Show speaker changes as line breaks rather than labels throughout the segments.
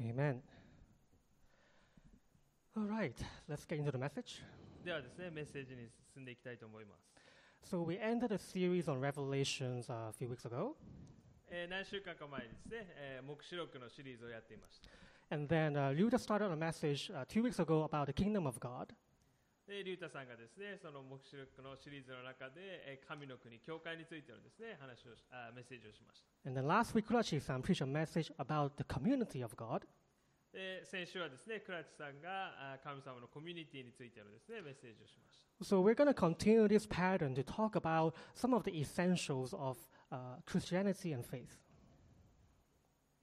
Amen. All right, let's get into the message.
ではですねメッセージに進んでいきたいと思います、
So, we ended a series on Revelations uh, a few weeks ago,
えー何週間か前にですね、えー、目視録のシリーズをやっていました
and then uh, Luda started a message uh, two weeks ago about the kingdom of God.
で竜太さんがですねその目視録のシリーズの中で、えー神の国教会についてのですね話をしあーメッセージをしました
And then last week, Kurachi san preached a message about the community of God.
で先週はですね倉地さんがあー神様のコミュニティについてのですねメッセージをしました
So, we're going to continue this pattern to talk about some of the essentials of uh, Christianity and faith.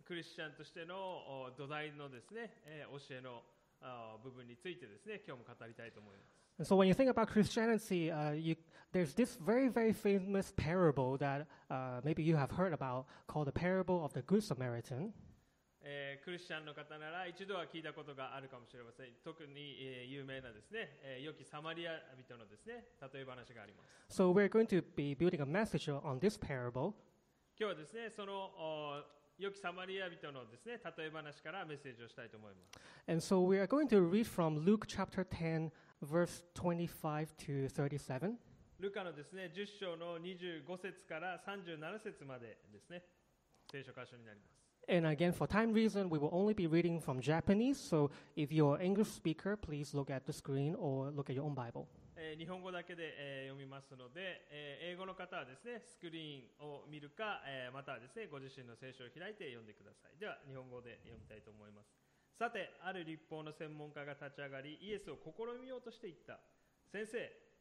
クリスチャンとしてのお土台のですね、えー教えのあー部分についてですね今日も語りたいと思います
And so when you think about Christianity, uh, you, there's this very, very famous parable that uh, maybe you have heard about called the parable of the Good Samaritan.
えークリスチャンの方なら一度は聞いたことがあるかもしれません特に、えー有名なですね、えー良きサマリア人のですね例え話があります
So we're going to be building a message on this parable.
今日はですねそのお良きサマリア人のですね例え話からメッセージをしたいと思います
And so we are going to read from Luke chapter 10, verse 25 to 37.
ルカのですね10章の25節から37節までですね聖書箇所になります
And again, for time reason, we will only be reading from Japanese. So if you're an English speaker, please look at the screen or look at your own Bible.
えー日本語だけで、えー読みますので、えー英語の方はですねスクリーンを見るか、えーまたはですねご自身の聖書を開いて読んでくださいでは日本語で読みたいと思いますさてある立法の専門家が立ち上がりイエスを試みようとしていった先生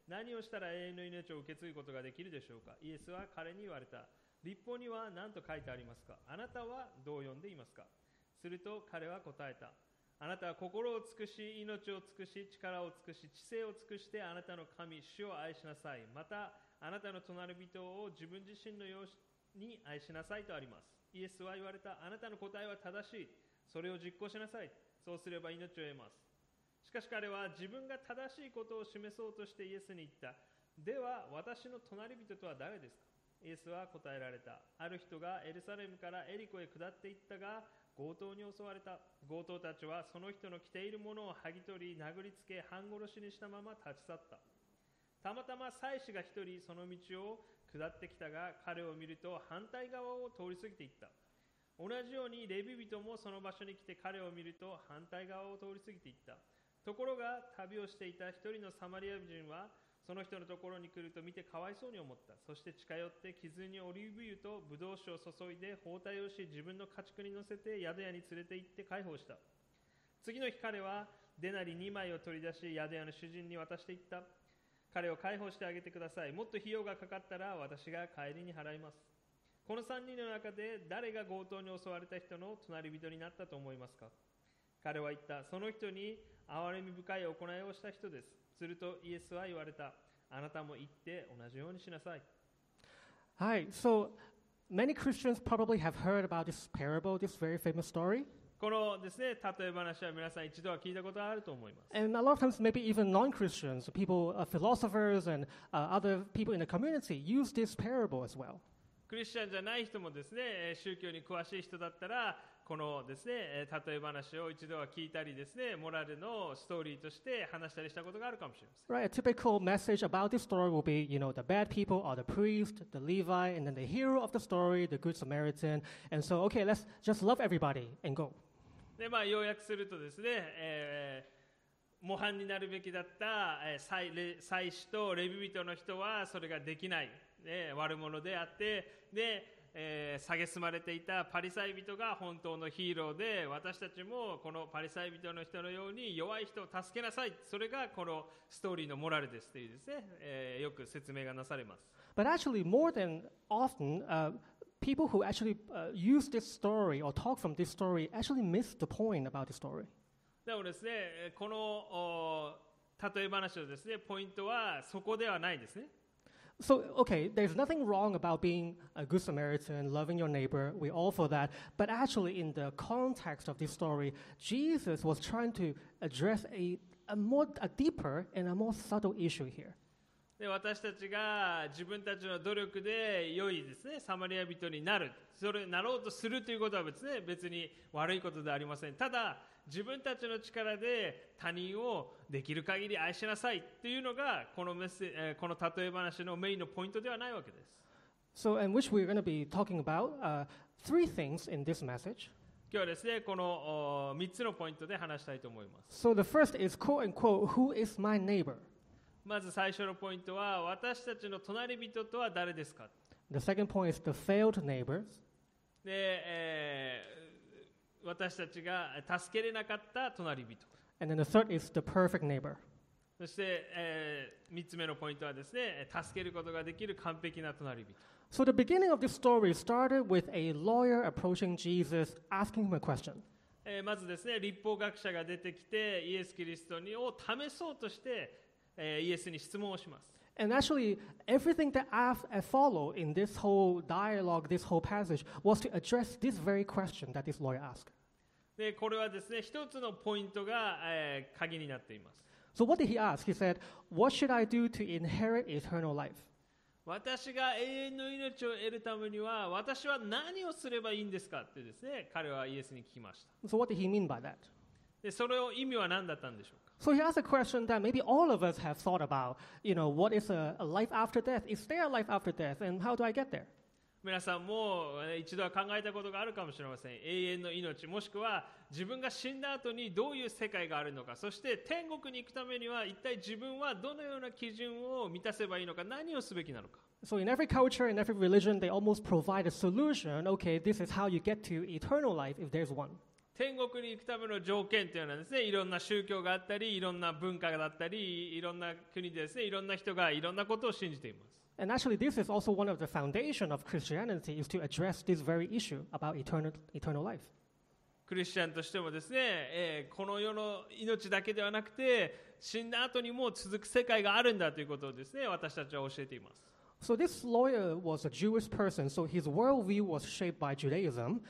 何をしたら永遠の命を受け継ぐことができるでしょうかイエスは彼に言われた立法には何と書いてありますかあなたはどう読んでいますかすると彼は答えたあなたは心を尽くし、命を尽くし、力を尽くし、知性を尽くして、あなたの神、主を愛しなさい。また、あなたの隣人を自分自身のように愛しなさいとあります。イエスは言われた、あなたの答えは正しい。それを実行しなさい。そうすれば命を得ます。しかし彼は自分が正しいことを示そうとしてイエスに言った。では、私の隣人とは誰ですかイエスは答えられた。ある人がエルサレムからエリコへ下っていったが、強盗に襲われた強盗たちはその人の着ているものを剥ぎ取り殴りつけ半殺しにしたまま立ち去ったたまたま妻子が一人その道を下ってきたが彼を見ると反対側を通り過ぎていった同じようにレビ人もその場所に来て彼を見ると反対側を通り過ぎていったところが旅をしていた一人のサマリア人はその人のところに来ると見てかわいそうに思ったそして近寄って傷にオリーブ油とブドウ酒を注いで包帯をし自分の家畜に乗せて宿屋に連れて行って解放した次の日彼はデナリ2枚を取り出し宿屋の主人に渡していった彼を解放してあげてくださいもっと費用がかかったら私が帰りに払いますこの3人の中で誰が強盗に襲われた人の隣人になったと思いますか彼は言ったその人に憐れみ深い行いをした人ですするとイエスは言われたあなたも行って同じようにしなさい
All right, so many Christians probably have heard about this parable, this very famous story.
このですね例え話は皆さん一度は聞いたことがあると思います
And a lot of times, maybe even non Christians, people, uh, philosophers, and uh, other people in the community use this parable as well.
クリスチャンじゃない人もですねえー宗教に詳しい人だったらこのですねえー例え話を一度は聞いたりですねモラルのストーリーとして話したりしたことがあるかもしれません
Right, a typical message about this story will be, you know, the bad people are the priest, the Levi, and then the hero of the story, the Good Samaritan. And so, okay, let's just love everybody and go.
でまあ要約するとですね、えー模範になるべきだった、えー祭レ祭司とレビ人の人はそれができない、ね、悪者であってで、えー蔑まれていたパリサイ人が本当のヒーローで私たちもこのパリサイ人の人のように弱い人を助けなさいそれがこのストーリーのモラルですというですね、えーよく説明がなされます
But actually, more than often, uh, people who actually uh, use this story or talk from this story actually miss the point about the story.
でもですねえーこのお例え話のですねポイントはそこではないですね
So, okay, there's nothing wrong about being a good Samaritan, loving your neighbor, we're all for that. But actually, in the context of this story, Jesus was trying to address a, a more a deeper and a more subtle issue here.
で私たちが自分たちの努力で良いですねサマリア人になるそれなろうとするということは別,、ね、別に悪いことではありませんただ自分たちの力で他人をできる限り愛しなさいというのがこのメッセ、えーこの例え話のメインのポイントではないわけです
So, and which we're going to be talking about uh, three things in this message.
今日はですねこの3つのポイントで話したいと思います
So, the first is quote unquote, who is my neighbor?
まず最初のポイントは私たちの隣人とは誰ですか
The second point is the failed neighbors.
で、えー私たちが助けれなかった隣人
And then the third is the perfect neighbor.
そして、え3つ目のポイントはですね助けることができる完璧な隣人
So, the beginning of this story started with a lawyer approaching Jesus, asking him a question.
えーまずですね立法学者が出てきてイエス・キリストにを試そうとして、えーイエスに質問をします
And actually, everything that af- uh, followed in this whole dialogue, this whole passage, was to address this very question that this lawyer asked.
でこれはですね一つのポイントが、えー鍵になっています
So, what did he ask? He said, What should I do to inherit eternal life?
私が永遠の命を得るためには私は何をすればいいんですかってですね彼はイエスに聞きました
So, what did he mean by that?
でそれを意味は何だったんでしょうか
So, he asked a question that maybe all of us have thought about. You know, what is a, a life after death? Is there a life after death? And how do I get there?
皆さんもえー一度は考えたことがあるかもしれません永遠の命もしくは自分が死んだ後にどういう世界があるのかそして天国に行くためには一体自分はどのような基準を満たせばいいのか何をすべきなのか
So, in every culture, in every religion, they almost provide a solution. Okay, this is how you get to eternal life if there's one.
天国に行くための条件というのはですねいろんな宗教があったりいろんな文化があったりいろんな国でですねいろんな人がいろんなことを信じています
And actually, this is also one of the foundation of Christianity is to address this very issue about eternal, eternal life.
クリスチャンとしてもですね、えーこの世の命だけではなくて死んだ後にも続く世界があるんだということをですね私たちは教えています
So this lawyer was a Jewish person, so his worldview was shaped by Judaism.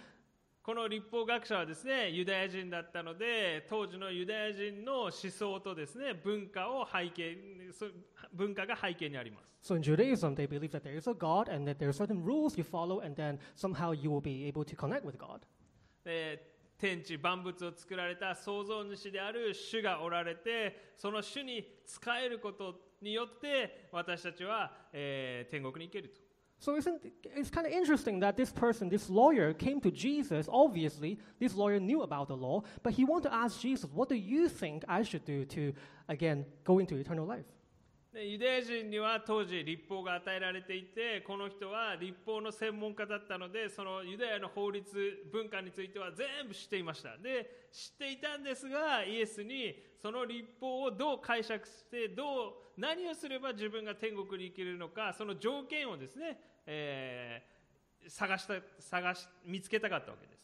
この立法学者はですねユダヤ人だったので当時のユダヤ人の思想とですね文化を背景にそ文化が背景にあります
So in Judaism, they believe that there is a God and that there are certain rules you follow, and then somehow you will be able to connect with God.
えー天地万物を作られた創造主である主がおられてその主に仕えることによって私たちは、えー天国に行けると
So isn't it's kind of interesting that this person, this lawyer, came to Jesus. Obviously, this lawyer knew about the law, but he wanted to ask Jesus, "What do you think I should do to, again, go into eternal life?"
でユダヤ人には当時立法が与えられていてこの人は立法の専門家だったのでそのユダヤの法律文化については全部知っていましたで知っていたんですがイエスにその立法をどう解釈してどう何をすれば自分が天国に行けるのかその条件をですね、えー探した探し見つけたかったわけです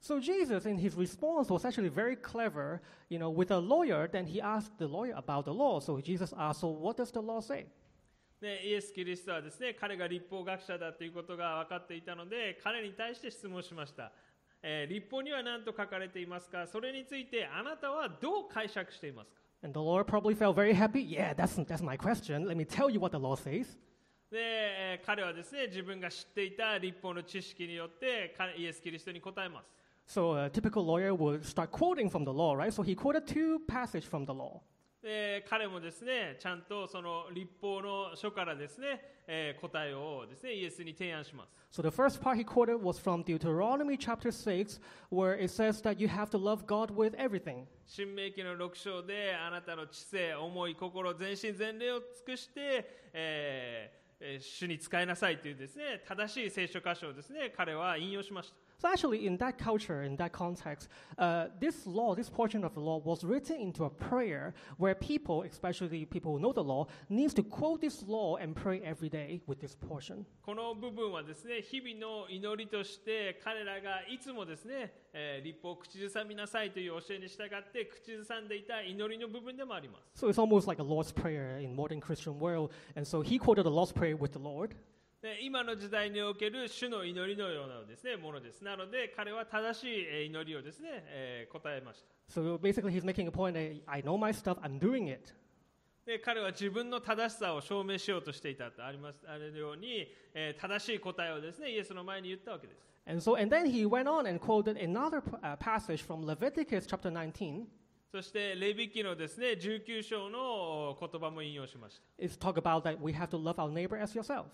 So Jesus, in his response, was actually very clever. You know, with a lawyer, then he asked the lawyer about the law. So Jesus asked, "So what does the law say?"
でイエス・キリストはですね彼が立法学者だということが分かっていたので彼に対して質問しました、えー立法には何と書かれていますかそれについてあなたはどう解釈していますか
And the lawyer probably felt very happy. Yeah, that's that's my question. Let me tell you what the law says.
で、えー彼はですね自分が知っていた立法の知識によって彼イエス・キリストに答えます
So a typical lawyer would start quoting from the law, right? So he quoted two passages from the law.
で彼もですねちゃんとその立法の書からですね、えー答えをですねイエスに提案します
So the first part he quoted was from Deuteronomy chapter 6, where it says that you have to love God with everything.
新明記の6章であなたの知性、思い、心、全身、全霊を尽くして、えーえー主に使いなさいというですね正しい聖書箇所をですね彼は引用しました。
So actually, in that culture, in that context, uh, this law, this portion of the law, was written into a prayer where people, especially people who know the law, needs to quote this law and pray every day with this portion.
この部分はですね日々の祈りとして彼らがいつもですね、えー立法を口ずさみなさいという教えに従って口ずさんでいた祈りの部分でもあります
So it's almost like a Lord's prayer in modern Christian world. And so he quoted the Lord's prayer with the Lord.
で今の時代における主の祈りのようなですねものですなので彼は正しいえー祈りをですね、えー答えました
So basically, he's making a point that I know my stuff, I'm doing it.
で彼は自分の正しさを証明しようとしていたとありますあるように、えー正しい答えをですねイエスの前に言ったわけです
And so, and then he went on and quoted another uh, passage from Leviticus chapter 19.
そしてレビ記のですね19章の言葉も引用しました、
It's talk about that we have to love our neighbor as yourself.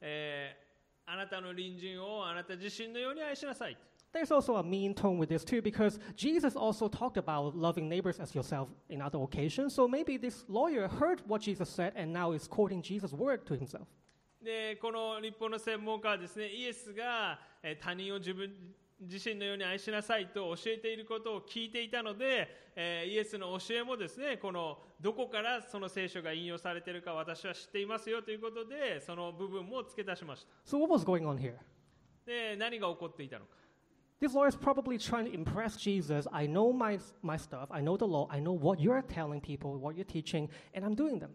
えーあなたの隣人をあなた自身のように愛しなさい
There's also a mean tone with this too, because Jesus also talked about loving neighbors as yourself in other occasions. So maybe this lawyer heard what Jesus said and now is quoting Jesus' word to himself.
でこの立法の専門家はですねイエスがえー他人を自分自身のように愛しなさいと教えていることを聞いていたので、えーイエスの教えもですねこのどこからその聖書が引用されているか私は知っていますよということでその部分も付け足しました
So what was going on here?
で何が起こっていたのか
This lawyer is probably trying to impress Jesus. I know my, my stuff. I know the law. I know what you're telling people, what you're teaching, and I'm doing them.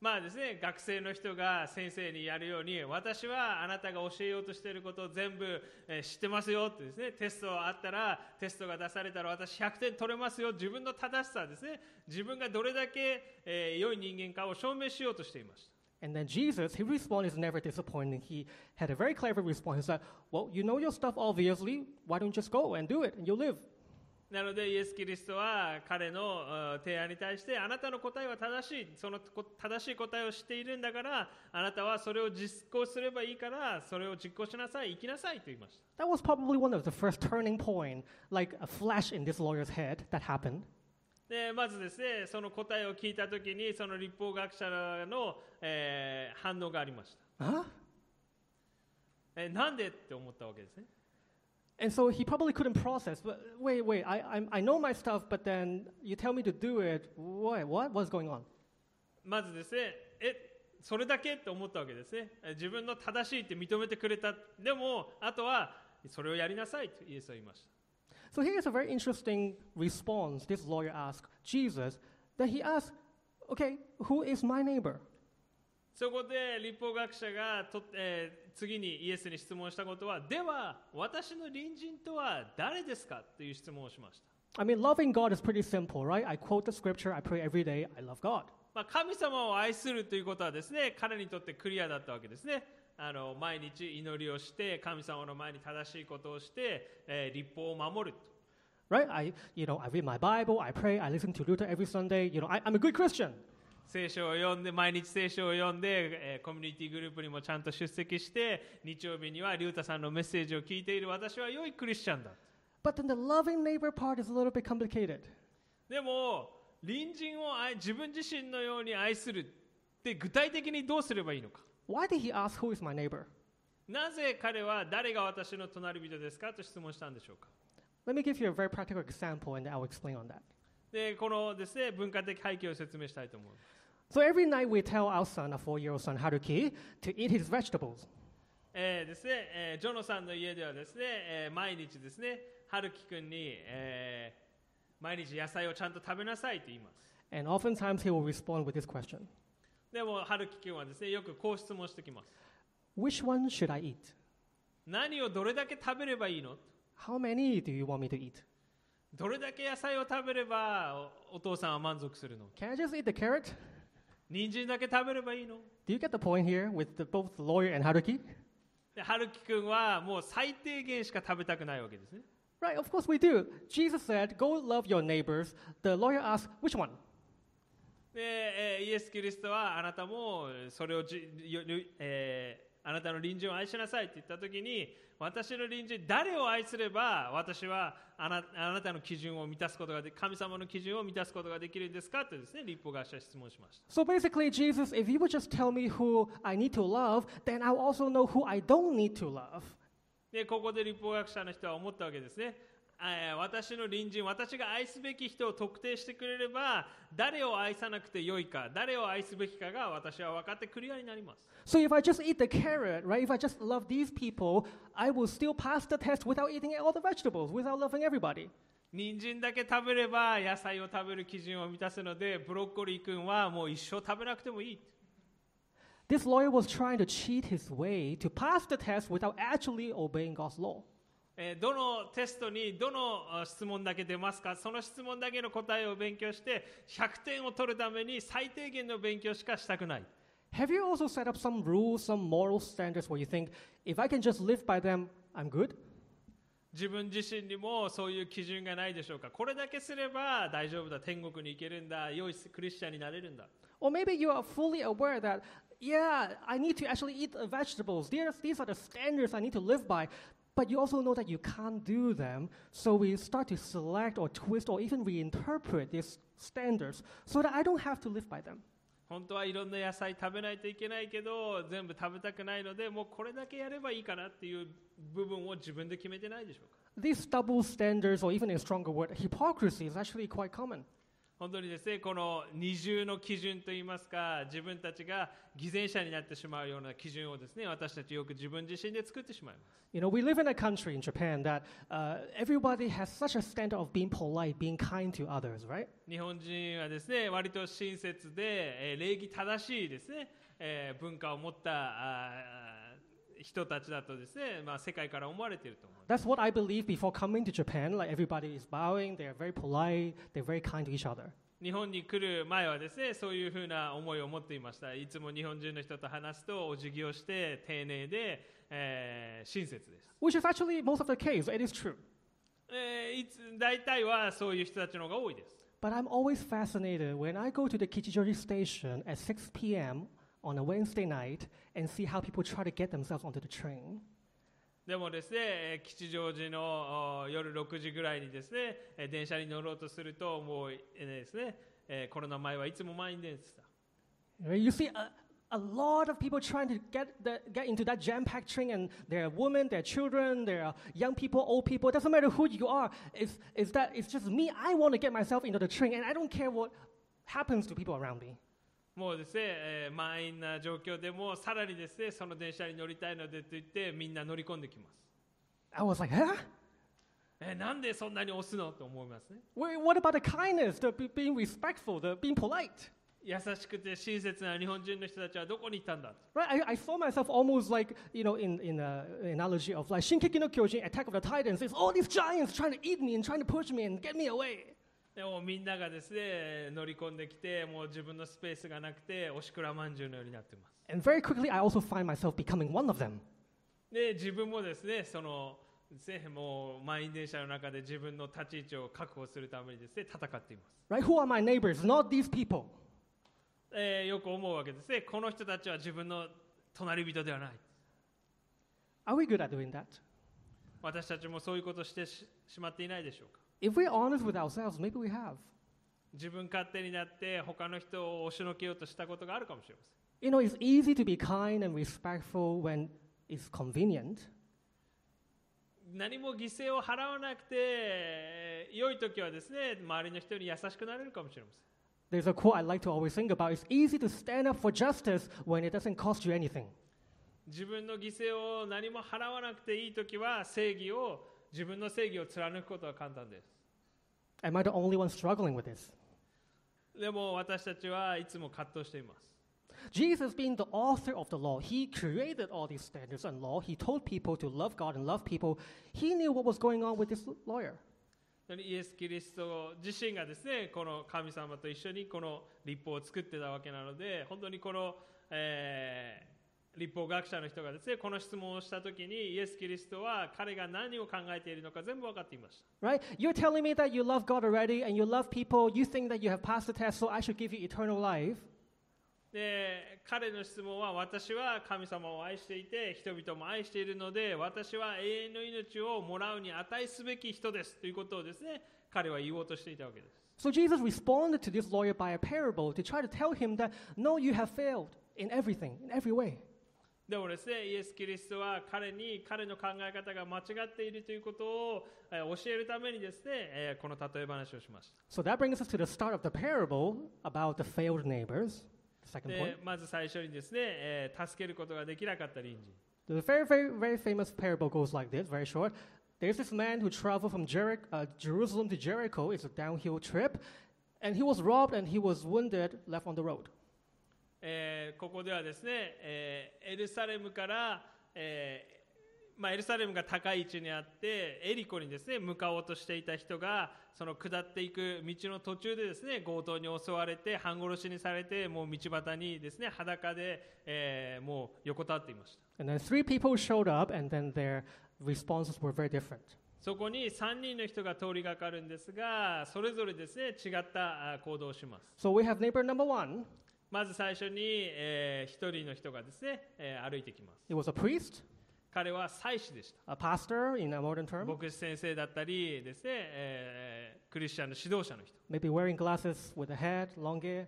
まあですね学生の人が先生にやるように私はあなたが教えようとしていることを全部、えー知ってますよってですねテストあったらテストが出されたら私100点取れますよ自分の正しさですね自分がどれだけ、えー良い人間かを証明しようとしていました
And then Jesus, his response is never disappointing. He had a very clever response. He said, Well, you know your stuff, obviously. Why don't you just go and do it and you'll live?
なのでイエス・キリストは彼のあー提案に対してあなたの答えは正しいそのこ正しい答えを知っているんだからあなたはそれを実行すればいいからそれを実行しなさい生きなさいと言いました
That was probably one of the first turning point, like a flash in this lawyer's head that happened.
でまずですねその答えを聞いた時にその立法学者の、えー反応がありました、
Huh?
えなんでって思ったわけですね
And so he probably couldn't process. But wait, wait, I, I'm, I know my stuff, but then you tell me to do it. What? What was going on?
まずですねえそれだけって思ったわけですねえ自分の正しいって認めてくれたでもあとはそれをやりなさいとイエスは言いました
So here's a very interesting response this lawyer asked Jesus. That he asked, okay, who is my neighbor?
そこで立法学者がと、えー次にイエスに質問したことはでは私の隣人とは誰ですかという質問をしました
I mean, loving God is pretty simple, right? I quote the scripture, I pray every day, I love God.
まあ、神様を愛するということはですね彼にとってクリアだったわけですねあの毎日祈りをして神様の前に正しいことをして、えー立法を守る
Right? I, you know, I read my Bible, I pray, I listen to Luther every Sunday. You know, I, I'm a good Christian.
聖書を読んで毎日聖書を読んで、えーコミュニティグループにもちゃんと出席して日曜日には竜太さんのメッセージを聞いている私は良いクリスチャンだ
But then the loving neighbor part is a little bit complicated.
でも隣人を愛自分自身のように愛するって具体的にどうすればいいのか
Why did he ask who is my neighbor?
なぜ彼は誰が私の隣人ですかと質問したんでしょうか
Let me give you a very practical example and then I'll explain on that.
でこのですね文化的背景を説明したいと思う
So every night we tell our son, our four year old son Haruki, to eat his vegetables.
えーですね、えージョノさんの家ではですね、えー毎日ですね春樹くんに、えー毎日野菜をちゃんと食べなさいと言います
And oftentimes he will respond with this question
でも春樹くんはですねよくこう質問してきます
Which one should I eat?
何をどれだけ食べればいいの
How many do you want me to eat?
どれだけ野菜を食べればおお父さんは満足するの
Can I just eat the carrot?
人参だけ食べればいいの
Do you get the point here with the, both the lawyer and Haruki?
で春樹くんはもう最低限しか食べたくないわけですね
Right, of course we do. Jesus said, Go love your neighbors. The lawyer asked, Which one?
で、えーイエス・キリストはあなたもそれをじよよえーあなたの隣人を愛しなさいって言った時に私の隣人誰を愛すれば私はあなあなたの基準を満たすことがで神様の基準を満たすことができるんですかとですね立法学者は質問しました
So basically, Jesus, if you would just tell me who I need to love, then I'll also know who I don't need to love.
でここで立法学者の人は思ったわけですねえー私の隣人私が愛すべき人を特定してくれれば誰を愛さなくてよいか誰を愛すべきかが私は分かってクリアになります
So if I just eat the carrot, right, if I just love these people, I will still pass the test without eating all the vegetables, without loving everybody.
人参だけ食べれば野菜を食べる基準を満たすのでブロッコリー君はもう一生食べなくてもいい
This lawyer was trying to cheat his way to pass the test without actually obeying God's law.
えーどのテストにどのあ質問だけ出ますかその質問だけの答えを勉強して100点を取るために最低限の勉強しかしたくない
Have you also set up some rules, some moral standards where you think, if I can just live by them, I'm good?
自分自身にもそういう基準がないでしょうかこれだけすれば大丈夫だ天国に行けるんだ良いクリスチャンになれるんだ
Or maybe you are fully aware that, yeah, I need to actually eat uh, vegetables. There's, these are the standards I need to live by. But you also know that you can't do them. So we start to select or twist or even reinterpret these standards so that I don't have to live by them.
本当はいろんな野菜食べないといけないけど全部食べたくないのでもうこれだけやればいいかなっていう部分を自分で決めてないでしょうか
These double standards, or even a stronger word, hypocrisy, is actually quite common.
本当にですねこの二重の基準といいますか自分たちが偽善者になってしまうような基準をですね私たちよく自分自身で作ってしまいます
You know, we live in a country in Japan that uh, everybody has such a standard of being polite, being kind to others, right?
日本人はですね割と親切で、えー礼儀正しいですね、えー文化を持ったあー人たちだとですね、まあ、世界から思われていると思います
That's what I believe before coming to Japan. Like everybody is bowing, they are very polite, they're very kind to each other.
日本に来る前はですねそういうふうな思いを持っていましたいつも日本人の人と話すとお辞儀をして丁寧で、えー親切です、
Which is actually most of the case, it is true.
えーいつ大体はそういう人たちの方が多いです
But I'm always fascinated when I go to the Kichijori station at 6 p.m. on a Wednesday night and see how people try to get themselves onto the train.
でもですねえー吉祥寺のお夜6時ぐらいにですねえー電車に乗ろうとするともう、えーですねえーコロナ前はいつも満員でした
You know, You see a, a lot of people trying to get, the, get into that jam packed train, and there are women, there are children, there are young people, old people, it doesn't matter who you are. It's, it's, that, it's just me. I want to get myself into the train, and I don't care what happens to people around me.
もうですね、えー満員な状況でもさらにですねその電車に乗りたいのでと言ってみんな乗り込んできます
I was like, huh?
えーなんでそんなに押すのと思いますね
Wait, what about the kindness, the be- being respectful, the being polite?
優しくて親切な日本人の人たちはどこに行ったんだ
Right, I, I saw myself almost like, you know, in, in a analogy of like Shinkeki no Kyojin, Attack of the Titans, it's all these giants trying to eat me and trying to push me and get me away.
でもみんながですね乗り込んできてもう自分のスペースがなくておしくらまんじゅうのようになってます
And very quickly, I also find myself becoming one of them.
で自分もですねそのですねもう満員電車の中で自分の立ち位置を確保するためにですね戦っています、
Right? Who are my neighbors? Not these people.
えーよく思うわけですねこの人たちは自分の隣人ではない
Are we good at doing that?
私たちもそういうことをしてししまっていないでしょうか
If we're honest with ourselves, maybe we have.
自分勝手になって他の人を押しのけようとしたことがあるかもしれません
You know, it's easy to be kind and respectful when it's convenient.
何も犠牲を払わなくてえー良い時はですね周りの人に優しくなれるかもしれません
There's a quote I like to always think about it's easy to stand up for justice when it doesn't cost you anything.
自分の犠牲を何も払わなくていい時は正義を自分の正義を貫くことは簡単で
Am I the only one struggling with this?
すでも私たちはいつも葛藤しています
Jesus, being the author of the law, he created all these standards and law. He told people to love God and love people. He knew what was going on with this lawyer.
本当にイエス・キリスト自身がですねこの神様と一緒にこの立法を作ってたわけなので本当にこの、えー立法学者の人がですねこの質問をした時にイエス・キリストは彼が何を考えているのか全部分かっていました
Right? You're telling me that you love God already and you love people. You think that you have passed the test, so I should give you eternal life.
で彼の質問は私は神様を愛していて人々も愛しているので私は永遠の命をもらうに値すべき人ですということをですね彼は言おうとしていたわけです
So Jesus responded to this lawyer by a parable to try to tell him that, no, you have failed in everything, in every way.
でもですねイエス・キリストは彼に彼の考え方が間違っているということをえー教えるためにですねえーこの例え話をしまし
So that brings us to the start of the parable about the failed neighbors. Second
た
point.
でまず最初にですねえー助けることができなかった隣人
The very, very, very famous parable goes like this, very short. There's this man who traveled from Jeric- uh, Jerusalem to Jericho. It's a downhill trip. And he was robbed and he was wounded, left on the road.
えーここではですね、えーエルサレムから、えーまあ、エルサレムが高い位置にあってエリコにですね向かおうとしていた人がその下っていく道の途中でですね強盗に襲われて半殺しにされてもう道端にですね裸で、えーもう横たわっていました
And then three people showed up, and then their responses were very different.
そこに3人の人が通りがかるんですがそれぞれですね違ったあ行動をします
So we have neighbor number one.
まず最初に、え1人の人がですね、えー歩いてきます
He was a priest,
彼は祭司でした
a pastor in a modern term,
牧師先生だったりですね、えークリスチャンの指導者の人
maybe wearing glasses with a hat, long hair.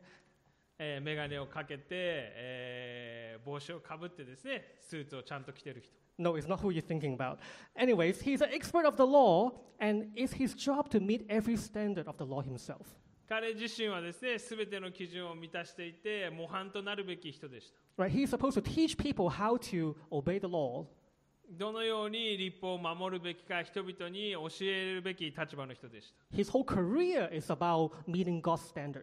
えー、眼鏡をかけて、えー帽子をかぶってですねスーツをちゃんと着てる人
No, it's not who you're thinking about. Anyways, he's an expert of the law, and it's his job to meet every standard of the law himself.
彼自身はですね全ての基準を満たしていて模範となるべき人でした
Right? He's supposed to teach people how to obey the law
どのように立法を守るべきか人々に教えるべき立場の人でし
His whole career is about meeting God's standards.
た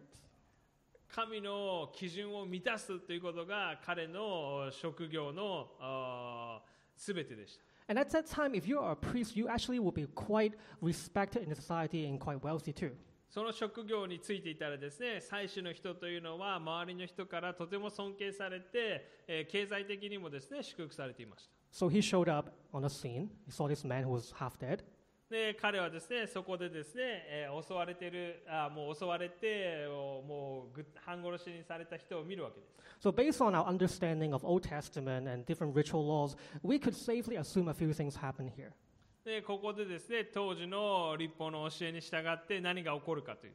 神の基準を満たすということが彼の職業のあー全てでした
And at that time, if you are a priest, you actually will be quite respected in the society and quite wealthy too.
その職業についていたらですね祭司の人というのは周りの人からとても尊敬されて、えー経済的にもですね祝福されていました
So he showed up on a scene. He saw this man who was half dead.
で彼はですねそこでですね、えー襲われてるあもう襲われておもうぐ半殺しにされた人を見るわけです
So, based on our understanding of Old Testament and different ritual laws, we could safely assume a few things happened here.
でここでですね当時の立法の教えに従って何が起こるかという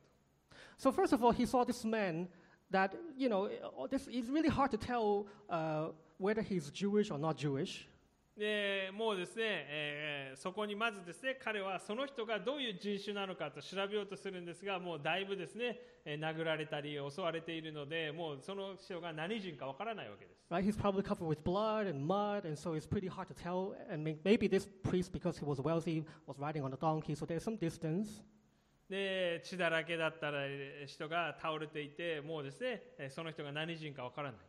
と
So, first of all, he saw this man that, you know, oh, this, it's really hard to tell uh, whether he's Jewish or not Jewish.
でもうですね、えーそこにまずですね彼はその人がどういう人種なのかと調べようとするんですがもうだいぶですね、えー殴られたり襲われているのでもうその人が何人かわからないわけです
Right, he's probably covered with blood and mud, and so it's pretty hard to tell. And may- maybe this priest, because he was wealthy, was riding on a donkey, so there's some distance.
で血だらけだったらえー人が倒れていてもうですねえーその人が何人かわからない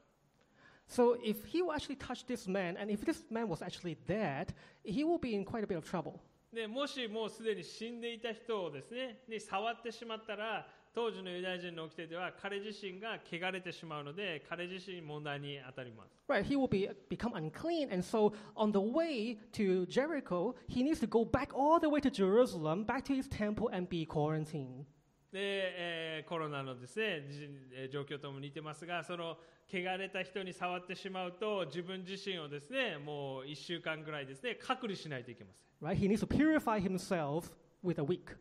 So if he will actually touch this man, and if this man was actually dead, he will be in quite a bit of trouble.
でもしもうすでに死んでいた人をですねに触ってしまったら当時のユダヤ人の掟では彼自身が汚れてしまうので彼自身問題に当たります
Right, he will be become unclean, and so on the way to Jericho, he needs to go back all the way to Jerusalem, back to his temple, and be quarantined.
で、えーコロナのですね、じえー状況とも似てますが、その汚れた人に触ってしまうと、自分自身をですね、もう1週間ぐらいですね、隔離しないといけません。
Right, he needs to purify himself with a week.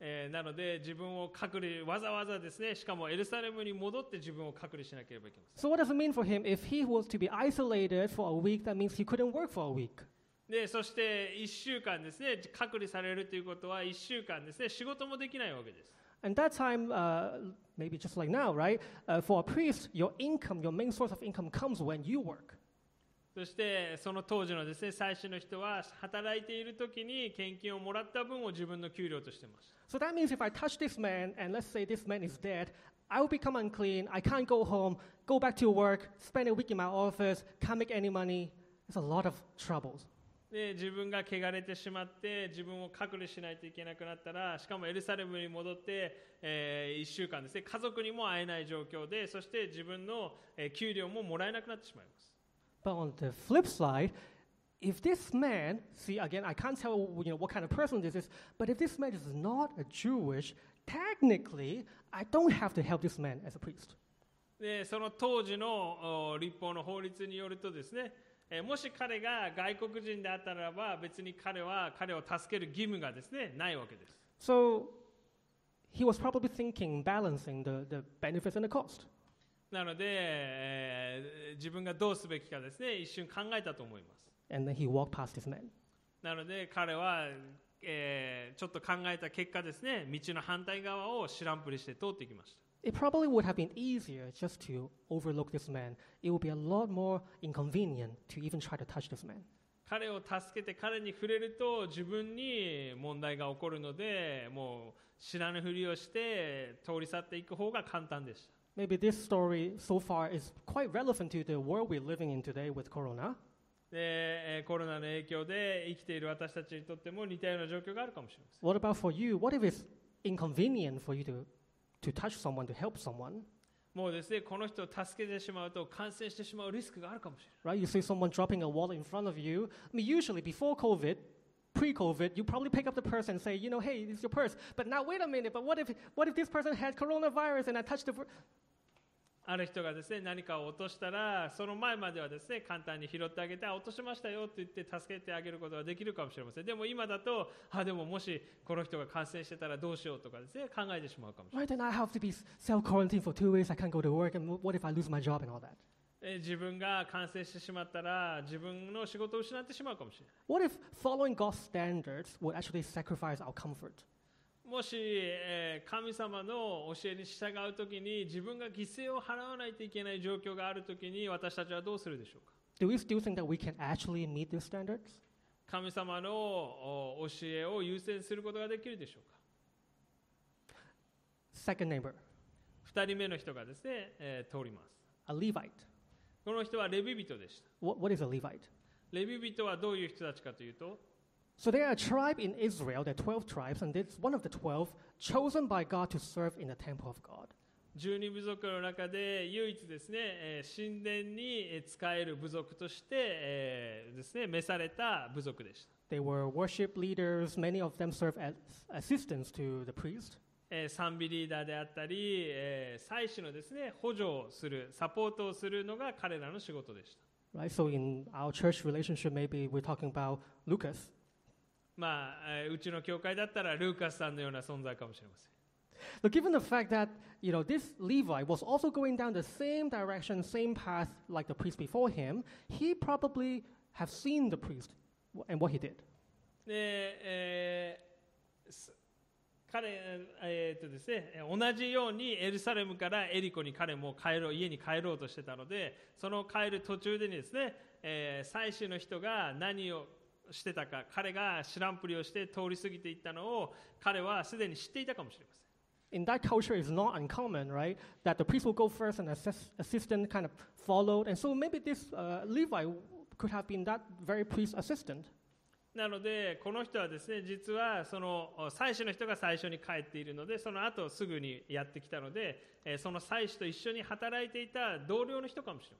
えーなので、自分を隔離、わざわざですね、しかもエルサレムに戻って自分を隔離しなければいけませ
So
ん。
what does it mean for him if he was to be isolated for a week? That means he couldn't work for a week.
で、そして1週間ですね、隔離されるということは、1週間ですね、仕事もできないわけです。
And that time, uh, maybe just like now, right? Uh, for a priest, your income, your main source of income comes when you work.
そしてその当時のですね最初の人は働いている時に献金をもらった分を自分の給料としていました
So that means if I touch this man, and let's say this man is dead, I will become unclean. I can't go home, go back to work, spend a week in my office, can't make any money. It's a lot of troubles.
で自分が汚れてしまって自分を隔離しないといけなくなったらしかもエルサレムに戻って、え1週間ですね家族にも会えない状況でそして自分の、えー給料ももらえなくなってしまいます
But on the flip side, if this man, see again, I can't tell you know what kind of person this is, but if this man is not a Jewish, technically, I don't have to help this man as a priest.
でその当時のお立法の法律によるとですね、えーもし彼が外国人であったならば別に彼は彼を助ける義務がですねないわけです
So he was probably thinking, balancing the, the benefits and the cost.
なので、えー自分がどうすべきかですね一瞬考えたと思います
And then he walked past this man.
なので彼は、えーちょっと考えた結果ですね道の反対側を知らんぷりして通っていきました
It probably would have been easier just to overlook this man. It would be a lot more inconvenient to even try to touch this man.
彼を助けて彼に触れると自分に問題が起こるのでもう知らぬふりをして通り去っていく方が簡単でした
Maybe this story so far is quite relevant to the world we're living in today with Corona.
でえーコロナの影響で生きている私たちにとっても似たような状況があるかもしれません
What about for you? What if it's inconvenient for you to, to touch someone, to help someone?
もうですねこの人を助けてしまうと感染してしまうリスクがあるかもしれない
Right? You see someone dropping a wallet in front of you. I mean, usually before COVID, pre-COVID, you probably pick up the purse and say, you know, hey, it's your purse. But now, wait a minute. But what if what if this person had coronavirus and I touched the? pur-
ある人がですね何かを落としたらその前まではですね簡単に拾ってあげてあ落としましたよと言って助けてあげることができるかもしれませんでも今だとあでももしこの人が感染してたらどうしようとかですね考えてしまうかもしれない
Right? Then I have to be self quarantined for two weeks. I can't go to work. And what if I lose my job and all that?
えー自分が感染してしまったら自分の仕事を失ってしまうかもしれな
What
い
if following God's standards would actually sacrifice our comfort?
もし、えー神様の教えに従うときに自分が犠牲を払わないといけない状況があるときに私たちはどうするでしょうか
Do we still think that we can actually meet these standards?
神様のお教えを優先することができるでしょうか
Second neighbor,
2人目の人がですね、えー通ります
a Levite.
この人はレビ人でした
What, what is a Levite?
レビ人はどういう人たちかというと
So there are a tribe in Israel, there are 12 tribes, and it's one of the 12 chosen by God to serve in the temple of God.
十二部族の中で唯一ですね、えー神殿にえー仕える部族として、えーですね召された部族でした、
They were worship leaders, many of them served as assistants to the priest.
えー賛美リーダーであったり、えー祭司のですね補助をするサポートをするのが彼らの仕事でした
Right, so in our church relationship, maybe we're talking about Lucas.
まあ、えーうちの教会だったらルーカスさんのような存在かもしれません
But given the fact that you know this Levi was also going down the same direction, same path like the priest before him, he probably have seen the priest wh- and what he did.
で、えーす彼、えーえーっとですね、えー同じようにエルサレムからエリコに彼も帰ろう家に帰ろうとしてたのでその帰る途中でにですね、えー祭司の人が何をしてたか彼が知らんぷりをして通り過ぎていったのを彼はすでに知っていたかもしれません
In that culture, it's not uncommon, right, that the priest will go first and assess, assistant kind of followed, and so maybe this uh, Levi w- could have been that very priest assistant.
なのでこの人はですね実はそのお祭司の人が最初に帰っているのでその後すぐにやってきたので、えーその祭司と一緒に働いていた同僚の人かもし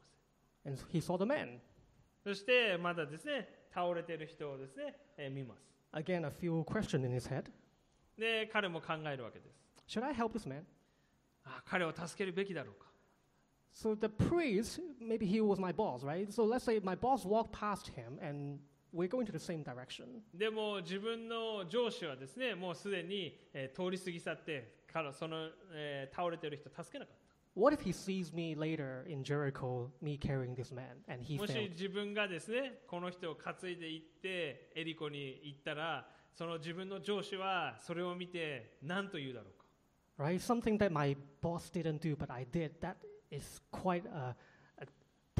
れません
And he saw the man.
そしてまだですね倒れてる人をですね、えー見ます
Again, a few questions in his head.
で彼も考えるわけです
Should I help this man?
あ彼を助けるべきだろうか
So the priest, maybe he was my boss, right? So let's say my boss walked past him and we're going to the same direction.
でも自分の上司はですねもうすでに、えー通り過ぎ去ってからその、えー倒れてる人助けなかっ
What if he sees me later in Jericho, me carrying this man, and
た
he
もし
failed?
自分がですねこの人を担いで行ってエリコに行ったらその自分の上司はそれを見て何と言うだろうか
Right? Something that my boss didn't do, but I did. That is quite a, a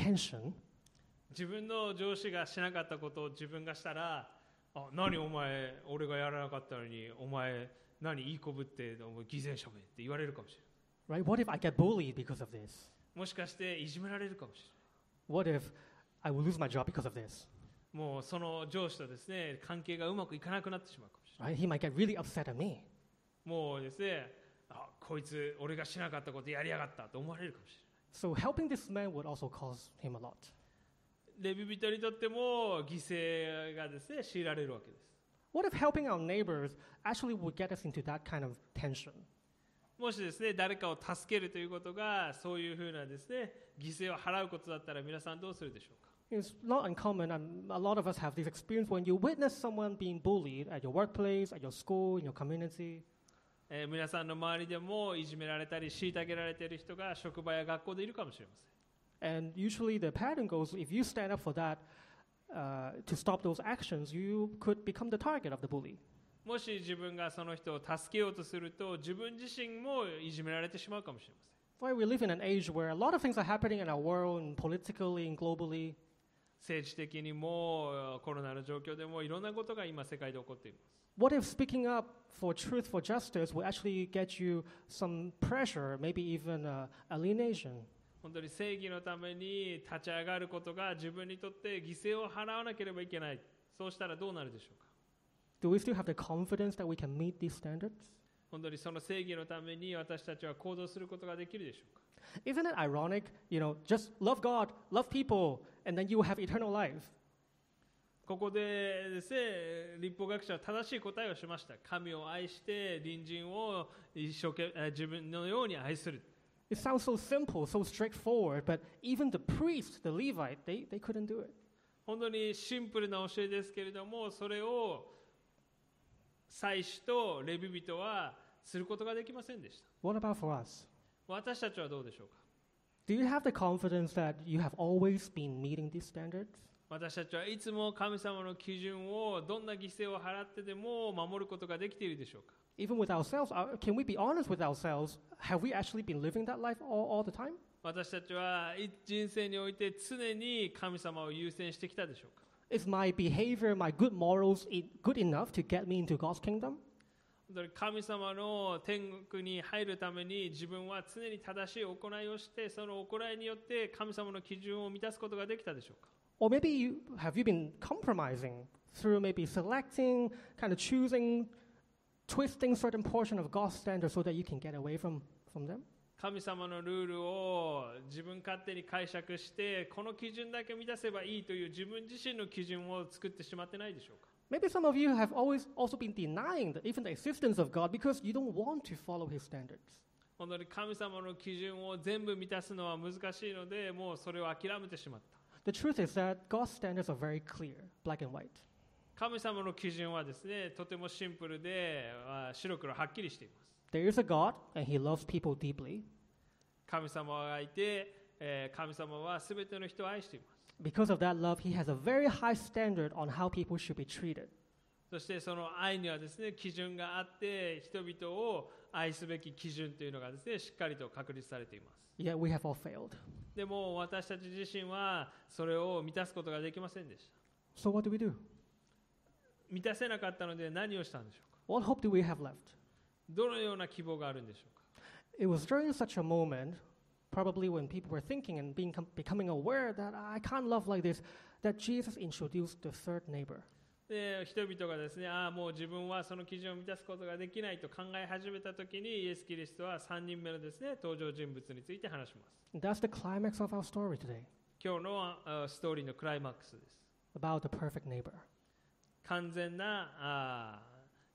tension.
自分の上司がしなかったことを自分がしたらあ何お前俺がやらなかったのにお前何いい子ぶってお前偽善者めって言われるかもしれない
Right? What if I get bullied because of this?
もしかしていじめられるかもしれ
What if I will lose my job because of this?
ないもうその上司とですね関係がうまくいかなくなってしまうかもしれ
Right? He might get really upset at me.
ないもうですねあこいつ俺がしなかったことやりやがったと思われるかもしれ
So helping this man would also cost him a lot.
ないレビ人にとっても犠牲がですね強いられるわけです
What if helping our neighbors actually would get us into that kind of tension?
もしですね誰かを助けるということがそういうふうなですね犠牲を払うことだったら皆さんどうするでしょうか
It's not uncommon, and a lot of us have this experience when you witness someone being bullied at your workplace, at your school, in your community.
えー皆さんの周りでもいじめられたり虐げられている人が職場や学校でいるかもしれません
And usually the pattern goes if you stand up for that, uh, to stop those actions, you could become the target of the bully.
もし自分がその人を助けようとすると自分自身もいじめられてしまうかもしれませ
Why
ん
we live in an age where a lot of things are happening in our world, and politically and globally.
政治的にもコロナの状況でもいろんなことが今世界で起こっています
What if speaking up for truth, for justice, will actually get you some pressure, maybe even uh, alienation?
本当に正義のために立ち上がることが自分にとって犠牲を払わなければいけないそうしたらどうなるでしょうか
Do we still have the confidence that we can meet these standards?
本当にその正義のために私たちは行動することができるでしょうか
Isn't it ironic? You know, just love God, love people, and then you will have eternal life.
ここでですね立法学者は正しい答えをしました神を愛して隣人を一生懸えー自分のように愛する
It sounds so simple, so straightforward, but even the priest, the Levite, they, they couldn't do it.
本当にシンプルな教えですけれどもそれを祭司とレビ人はすることができませんでした
What about for us?
私たちはどうでしょうか
Do you have the confidence that you have always been meeting these standards?
私たちはいつも神様の基準をどんな犠牲を払ってでも守ることができているでしょうか
Even with ourselves, uh, can we be honest with ourselves? Have we actually been living that life all, all the time?
私たちはい人生において常に神様を優先してきたでしょうか
Is my behavior, my good morals, i good enough to get me into God's kingdom?
本当に神様の天国に入るために自分は常に正しい行いをしてその行いによって神様の基準を満たすことができたでしょうか
Or maybe you, have you been compromising through maybe selecting, kind of choosing, twisting certain portion of God's standards so that you can get away from, from them?
神様のルールを自分勝手に解釈してこの基準だけ満たせばいいという自分自身の基準を作ってしまってないでしょうか
Maybe some of you have always also been denying the, even the existence of God because you don't want to follow His standards.
本当に神様の基準を全部満たすのは難しいのでもうそれを諦めてしまった
The truth is that God's standards are very clear, black and white.
神様の基準はですねとてもシンプルであ白黒はっきりしています
There is a God, and He loves people deeply.
神様がいて、えー神様は全ての人を愛しています
Because of that love, He has a very high standard on how people should be treated.
そしてその愛にはですね基準があって人々を愛すべき基準というのがですねしっかりと確立されています
Yet we have all failed.
でも私たち自身はそれを満たすことができませんでした
So what do we do?
満たせなかったので何をしたんでしょうか
What hope do we have left?
どのような希望があるんでしょうか
It was during such a moment, probably when people were thinking and being, becoming aware that I can't love like this, that Jesus introduced the third neighbor.
で人々がですねああもう自分はその基準を満たすことができないと考え始めた時にイエス・キリストは3人目のですね登場人物について話します
That's the climax of our story today
今日のあストーリーのクライマックスです
about the perfect neighbor.
完全なあ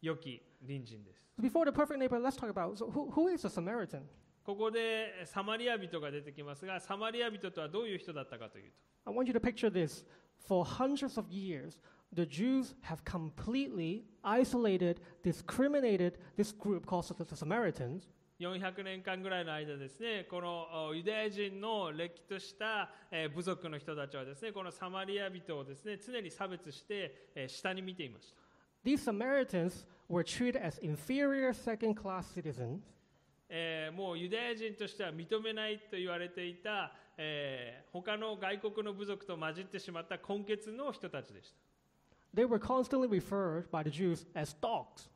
良き隣人です
So before the perfect neighbor, let's talk about so who, who is the Samaritan?
ここでサマリア人が出てきますがサマリア人とはどういう人だったかというと
I want you to picture this. For hundreds of years, the Jews have completely isolated, discriminated this group called the the Samaritans
400年間ぐらいの間ですねこのおユダヤ人のれっきとしたえー部族の人たちはですねこのサマリア人をですね常に差別してえー下に見ていました
These Samaritans were treated as inferior second class citizens,
えーもうユダヤ人としては認めないと言われていた、えー他の外国の部族と混じってしまった根血の人たちでした
they were constantly referred by the Jews as dogs.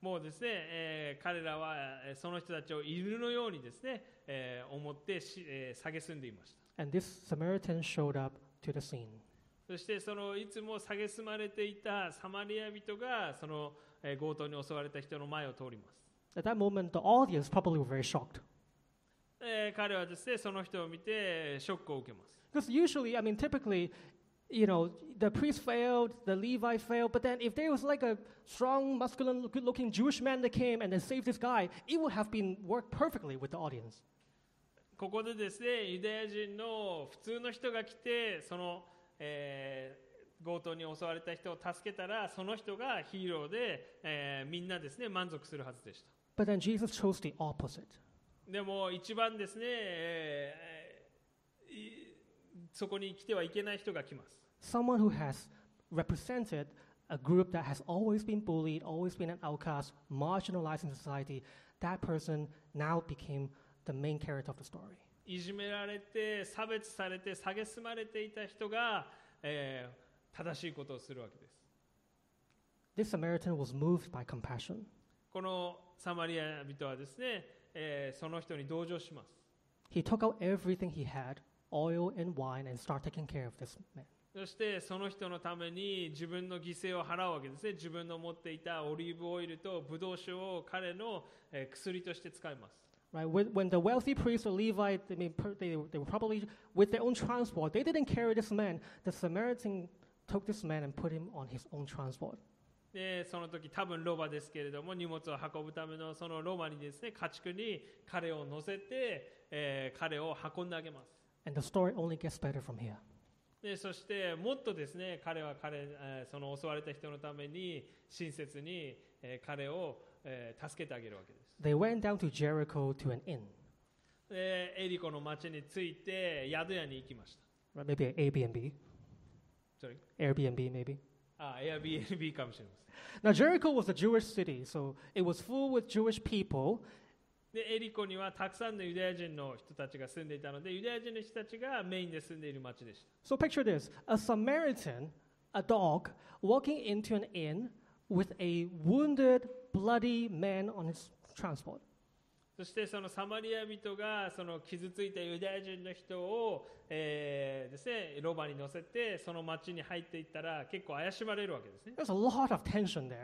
もうですね、えー彼らはえーその人たちを犬のようにですね、えー思ってし、えー蔑んでいました
And this Samaritan showed up to the scene.
そしてそのいつも蔑まれていたサマリア人がその、えー強盗に襲われた人の前を通ります、
At that moment, the audience probably were very shocked.
えー彼はですねその人を見てえーショックを受けます
Because usually, I mean, typically, you know, the priest failed, the Levite failed, but then if there was like a strong, masculine, good looking Jewish man that came and then saved this guy, it would have been worked perfectly with the audience.
ここでですねユダヤ人の普通の人が来てその、えー強盗に襲われた人を助けたらその人がヒーローで、えーみんなですね満足するはずでした
But then Jesus chose the opposite.
でも一番ですね、えーいそこに来てはいけない人が来ます。
Someone who has represented a group that has always been bullied, always been an outcast, marginalized in society, that person now became the main character of the story.
いじめられて、差別されて、蔑まれていた人が、えー正しいことをするわけです。
This Samaritan was moved by compassion.
このサマリア人はですね、えーその人に同情します。
He took out everything he had, oil and wine, and started taking care of this man.
そしてその人のために自分の犠牲を払うわけですね。自分の持っていたオリーブオイルとブドウ酒を彼のえー薬として使います。
Right? When, when the wealthy priest or Levite, I mean, per- they, they were probably with their own transport. They didn't carry this man. The Samaritan took this man and put him on his own transport.
でその時多分ロバですけれども荷物を運ぶためのそのロバにですね家畜に彼を乗せて、えー彼を運んであげます
And the story only gets better from here.
でそしてもっとですね彼は彼、えーその襲われた人のために親切に、えー彼を、えー助けてあげるわけです
They went down to Jericho to an inn,
でエリコの町に着いて宿屋に行きました
right? maybe an Airbnb,
Sorry
Airbnb maybe.
あ Airbnb かもしれま
Now
せん
Jericho was a Jewish city, so it was full with Jewish people.
でエリコにはたくさんのユダヤ人の人たちが住んでいたのでユダヤ人の人たちがメインで住んでいる町でした
So picture this: a Samaritan, a dog, walking into an inn with a wounded, bloody man on his transport.
そしてそのサマリア人がその傷ついたユダヤ人の人を、えーですね、ロバに乗せてその町に入っていったら結構怪しまれるわけですね、
There's a lot of tension there,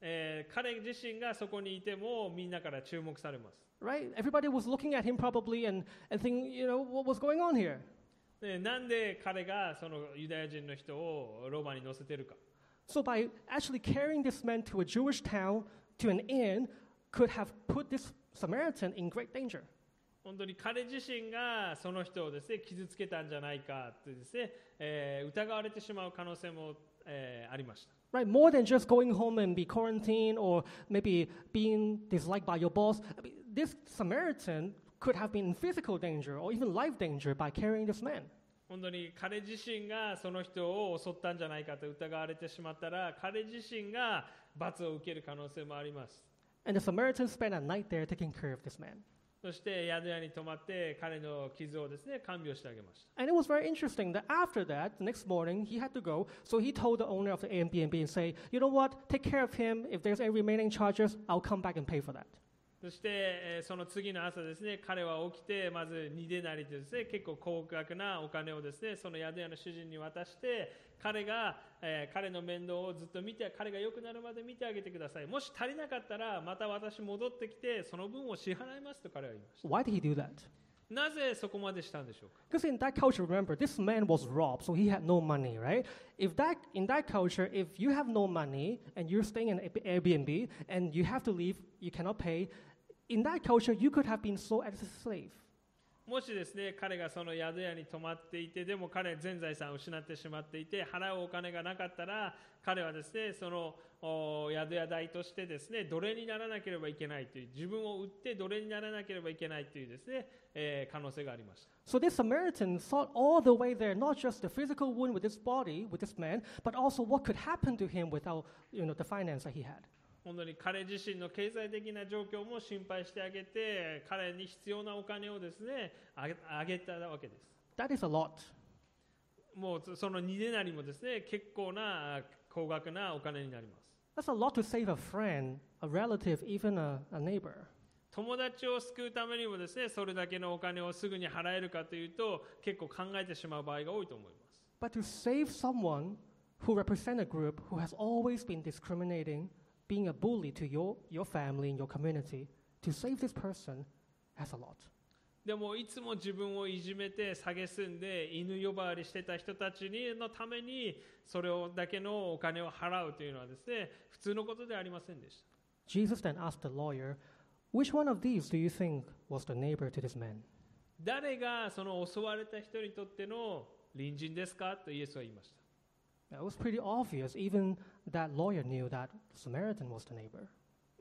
えー彼自身がそこにいてもみんなから注目されます
right? Everybody was looking at him probably and, and thinking, you know, what was going on here?
でなんで彼がそのユダヤ人の人をロバに乗せてるか
So by actually carrying this man to a Jewish town, to an inn, could have put this Samaritan in great danger.
本当に彼自身がその人をですね傷つけたんじゃないかってですね、えー疑われてしまう可能性も、えーありました
Right, more than just going home and be quarantined or maybe being disliked by your boss, I mean, this Samaritan could have been in physical danger or even life danger by carrying this man.
本当に彼自身がその人を襲ったんじゃないかと疑われてしまったら彼自身が罰を受ける可能性もあります
And the Samaritan spent a night there taking care of this man.
そして宿屋に泊まって彼の傷をですね看病してあげまし
And it was very interesting that after that, the next morning, he had to go. So he told the owner of the Airbnb and say, you know what, take care of him. If there's any remaining charges, I'll come back and pay for that.
たそして、えーその次の朝ですね彼は起きてまず煮でなりとですね結構高額なお金をですねその宿屋の主人に渡して彼が、えー彼の面倒をずっと見て彼が良くなるまで見てあげてくださいもし足りなかったらまた私戻ってきてその分を支払いますと彼は言いました
Why did he do that?
なぜそこまでしたんでしょうか
Because in that culture, remember, this man was robbed, so he had no money, right? If that in that culture, if you have no money and you're staying in Air- Airbnb and you have to leave, you cannot pay. In that culture, you could have been sold as a slave.
もしですね彼がその宿屋に泊まっていてでも彼は全財産を失ってしまっていて払うお金がなかったら彼はですねそのお宿屋代としてですね奴隷にならなければいけないという自分を売って奴隷にならなければいけないというですね、えー可能性がありました
So this Samaritan thought all the way there, not just the physical wound with his body, with this man, but also what could happen to him without, you know, the finance that he had.
本当に彼自身の経済的な状況も心配してあげて彼に必要なお金をですねあげあげたわけです
That is a lot.
もうその2でなりもですね結構なあ高額なお金になります
That's a lot to save a friend, a relative, even a, a neighbor.
友達を救うためにもですねそれだけのお金をすぐに払えるかというと結構考えてしまう場合が多いと思います
But to save someone who represents a group who has always been discriminating, being a bully to your, your family and your community, to save this person has a lot.
でもいつも自分をいじめて蔑んで犬呼ばわりしてた人たちにのためにそれをだけのお金を払うというのはですね普通のことではありませんでした
Jesus then asked the lawyer, Which one of these do you think was the neighbor to this man?
誰がその襲われた人にとっての隣人ですかとイエスは言いました
Now, it was pretty obvious. Even that lawyer knew that Samaritan was the neighbor.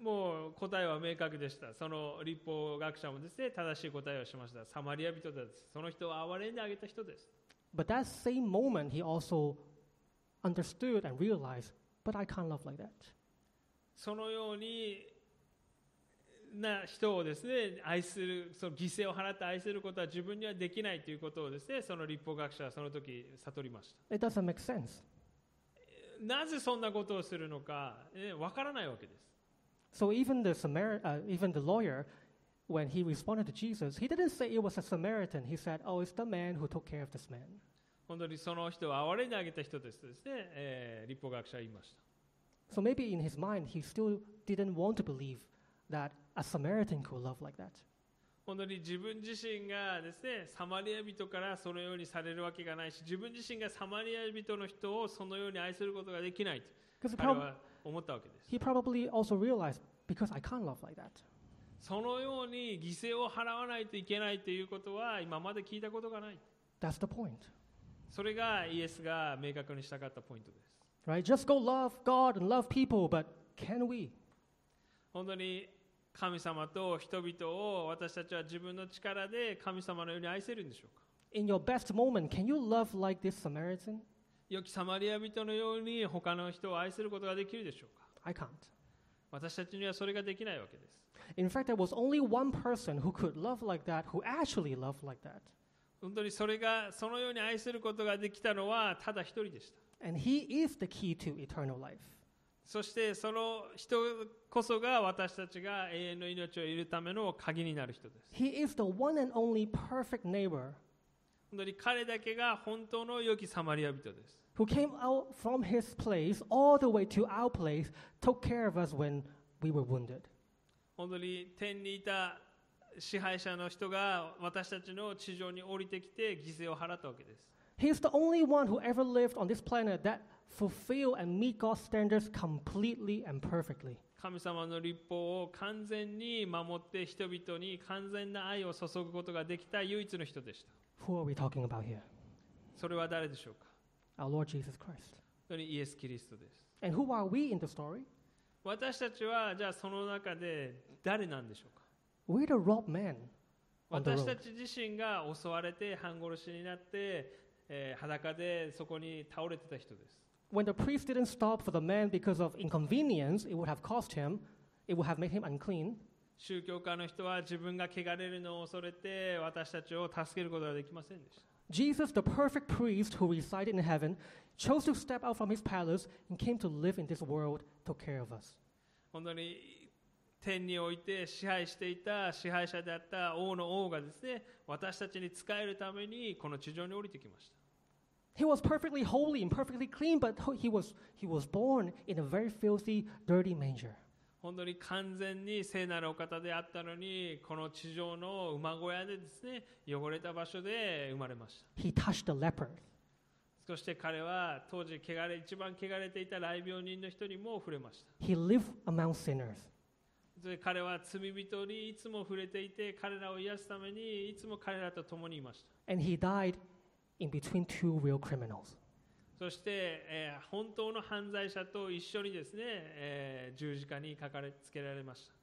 もう答えは明確でした。その立法学者もですね、正しい答えをしました。サマリア人です。その人を憐れんであげた人です。
But that same moment, he also understood and realized, But I can't love like that.
そのようにな人をですね愛するその犠牲を払って愛することは自分にはできないということをですねその立法学者はその時悟りました
It doesn't make sense.
なぜそんなことをするのかわ、ね、わからないわけです
So even the Samar- uh, even the lawyer when he responded to Jesus, he didn't say it was a Samaritan. He said, Oh, it's the man who took care of this man.
本当にその人は憐れにあげた人ですとですね、えー立法学者は言いました。
So maybe in his mind, he still didn't want to believe that a Samaritan could love like that.
本当に自分自身がですね、サマリア人からそのようにされるわけがないし、自分自身がサマリア人の人をそのように愛することができないと
Because
彼は思ったわけです。
he probably also realized, because I can't love like that.
そのように犠牲を払わないといけないということは今まで聞いたことがない。
That's the point,
それがイエスが明確にしたかったポイントです。
right? Just go love God and love people, but can we?
本当に神様と人々を私たちは自分の力で神様のように愛せるんでしょうか
In your best moment, can you love like this Samaritan?
良きサマリア人のように他の人を愛することができるでしょうか
I can't.
私たちにはそれができないわけです
In fact, there was only one person who could love like that, who actually loved like that.
本当にそれがそのように愛することができたのはただ一人でした
And he is the key to eternal life.
そしてその人こそが私たちが永遠の命を得るための鍵になる人です
He is the one and only perfect neighbor
本当に彼だけが本当の良きサマリア人です
who came out from his place all the way to our place, took care of us when we were wounded.
本当に天にいた支配者の人が私たちの地上に降りてきて犠牲を払ったわけです
He is the only one who ever lived on this planet that fulfill and meet God's standards completely and perfectly.
神様の立法を完全に守って人々に完全な愛を注ぐことができた唯一の人でした
Who are we talking about here?
それは誰でしょうか
Our Lord Jesus Christ.
本当にイエス・キリストです
And who are we in the story?
私たちはじゃあその中で誰なんでしょうか
We're the robbed man. On the road.
私たち自身が襲われて半殺しになって、えー裸でそこに倒れてた人です
When the priest didn't stop for the man because of inconvenience, it would have cost him, it would have made him unclean.
宗教家の人は自分が汚れるのを恐れて私たちを助けることができませんでした
Jesus, the perfect priest who resided in heaven, chose to step out from his palace and came to live in this world, took care of us.
本当に天において支配していた支配者であった王の王がですね私たちに仕えるためにこの地上に降りてきました
He was perfectly holy and perfectly clean, but ho- he was, he was born in a very filthy, dirty manger.
本当に完全に聖なるお方であったのにこの地上の馬小屋でですね汚れた場所で生まれました
He touched the leper.
そして彼は当時汚れ一番汚れていた雷病人の人にも触れました
He lived among sinners.
それで彼は罪人にいつも触れていて彼らを癒すためにいつも彼らと共にいました
And he died in between two real criminals.
そして、えー本当の犯罪者と一緒にですね、えー十字架にかかれつけられました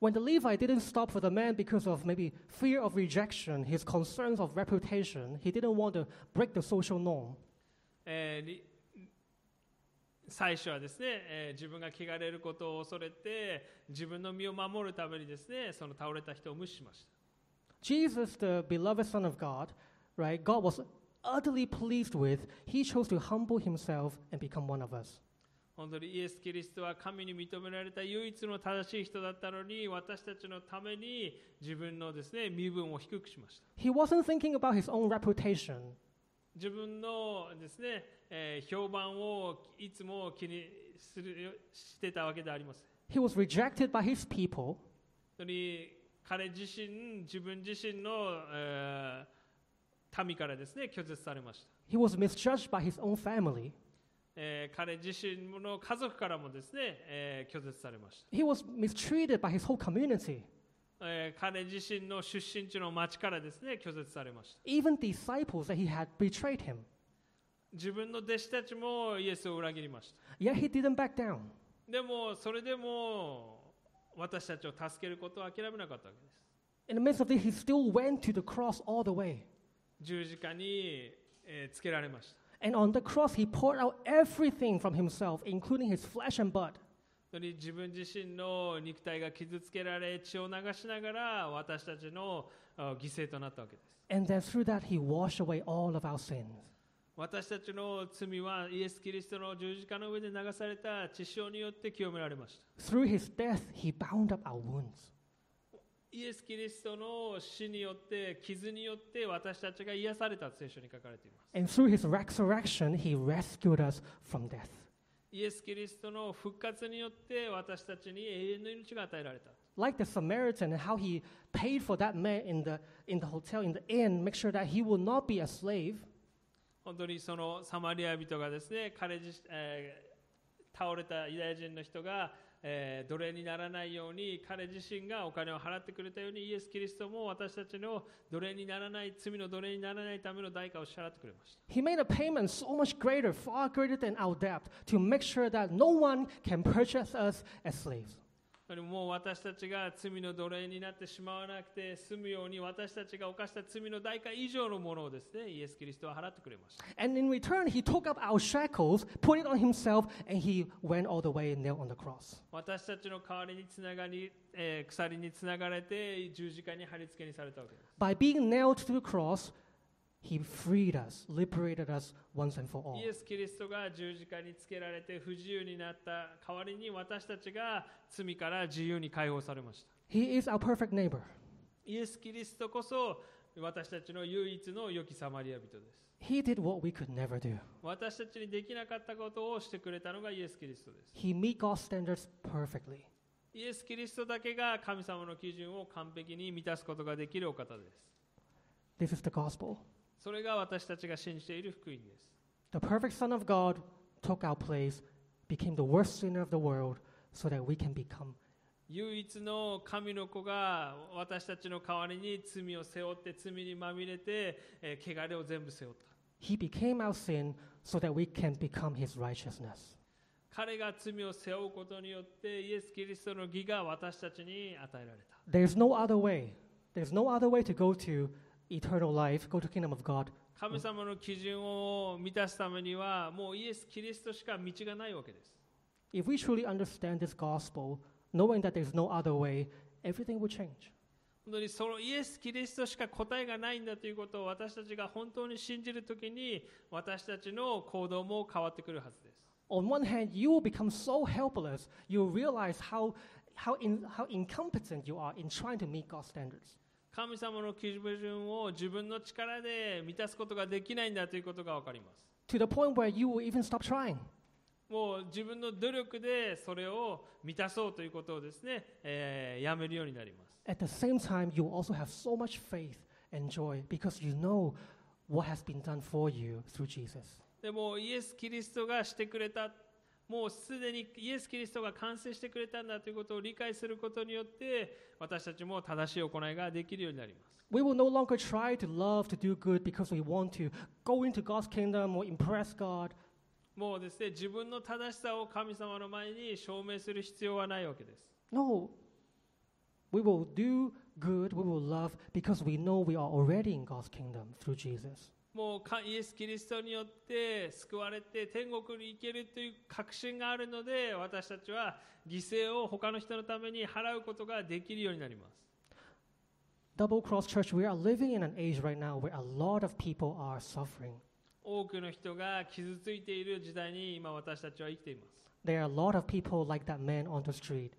When the Levite didn't stop for the man because of maybe fear of rejection, his concerns of reputation, he didn't want to break the social norm.
えーり最初はですね、えー自分が汚れることを恐れて自分の身を守るためにですねその倒れた人を無視しました
Jesus, the beloved Son of God, right, God was utterly pleased with, he chose to humble himself and become one of us.
本当にイエス・キリストは神に認められた唯一の正しい人だったのに私たちのために自分のですね身分を低くしました
He wasn't thinking about his own reputation.
自分のですね、えー評判をいつも気にするよしてたわけではありません
He was rejected by his people,
本当に彼自身自分自身の、えー民からですね拒絶されました、
he was misjudged by his own family,
えー彼自身の家族からもですね、えー拒絶されました、
he was mistreated by his whole community.
えー彼自身の出身地の町からですね拒絶されました
Even disciples that he had betrayed him.
自分の弟子たちもイエスを裏切りまし
Yet he didn't back down.
たでもそれでも私たちを助けることを諦めなかったわけです
In the midst of this, he still went to the cross all the way.
十字架に、えーつけられました
And on the cross, he poured out everything from himself, including his flesh and blood.
本当に自分自身の肉体が傷つけられ血を流しながら私たちのあ犠牲となったわけです
And then through that, he washed away all of our sins.
私たちの罪はイエス・キリストの十字架の上で流された血潮によって清められました
Through his death, he bound up our wounds.
イエス・キリストの死によって、傷によって私たちが癒されたと聖書に書かれています。
And through his resurrection, he rescued us from death.
イエス・キリストの復活によって私たちに永遠の命が与えられた。
Like the Samaritan, how he paid for that man in the, in the hotel, in the inn, make sure that he will not be a slave.
本当にそのサマリア人がですね、彼自身えー倒れたユダヤ人の人が、えー奴隷にならないように彼自身がお金を払ってくれたようにイエス・キリストも私たちの奴隷にならない罪の奴隷にならないための代価を支払ってくれました
He made a payment so much greater, far greater than our debt, to make sure that no one can purchase us as slaves.
それもう私たちが罪の奴隷になってしまわなくて済むように私たちが犯した罪の代価以上のものをですねイエス・キリストは払ってくれました
And in return, he took up our shackles, put it on himself, and he went all the way and nailed on the cross.
私たちの代わりにつながり、えー鎖につながれて十字架に貼り付けにされたわけです
By being nailed to the cross, he freed us, liberated us once and for all.
イエス・キリストが十字架につけられて不自由になった代わりに私たちが罪から自由に解放されました
He is our perfect neighbor.
イエス・キリストこそ私たちの唯一の良きサマリア人です
He did what we could never do.
私たちにできなかったことをしてくれたのがイエス・キリストです
He met God's standards perfectly.
イエス・キリストだけが神様の基準を完璧に満たすことができるお方です
This is the gospel.
それが私たちが信じている福音です
The perfect Son of God took our place, became the worst sinner of the world, so that we can become.
唯一の神の子が私たちの代わりに罪を背負って罪にまみれて、えー汚れを全部背負った
He became our sin so that we can become his righteousness.
彼が罪を背負うことによってイエス・キリストの義が私たちに与えられた
There's no other way. There's no other way to go to eternal life, go to kingdom of God
神様の基準を満たすためにはもうイエス・キリストしか道がないわけです
If we truly understand this gospel, knowing that there's no other way, everything will change.
本当にそのイエス・キリストしか答えがないんだということを私たちが本当に信じるときに私たちの行動も変わってくるはずです
On one hand, you will become so helpless, you'll realize how, how, in, how incompetent you are in trying to meet God's standards.
神様の基準を自分の力で満たすことができないんだということが分かります
To the point where you will even stop trying.
もう自分の努力でそれを満たそうということをですね、えーやめるようになります
At the same time, you will also have so much faith and joy because you know what has been done for you through Jesus.
でもイエス・キリストがしてくれたもうすでにイエス・キリストが完成してくれたんだということを理解することによって私たちも正しい行いができるようになります
We will no longer try to love, to do good because we want to go into God's kingdom or impress God.
もうですね自分の正しさを神様の前に証明する必要はないわけです
No. We will do good, we will love because we know we are already in God's kingdom through Jesus.
もうかイエス・キリストによって救われて天国に行けるという確信があるので私たちは犠牲を他の人のために払うことができるようになります
Double Cross Church, we are living in an age right now where a lot of people are suffering.
多くの人が傷ついている時代に今私たちは生きています
There are a lot of people like that man on the street.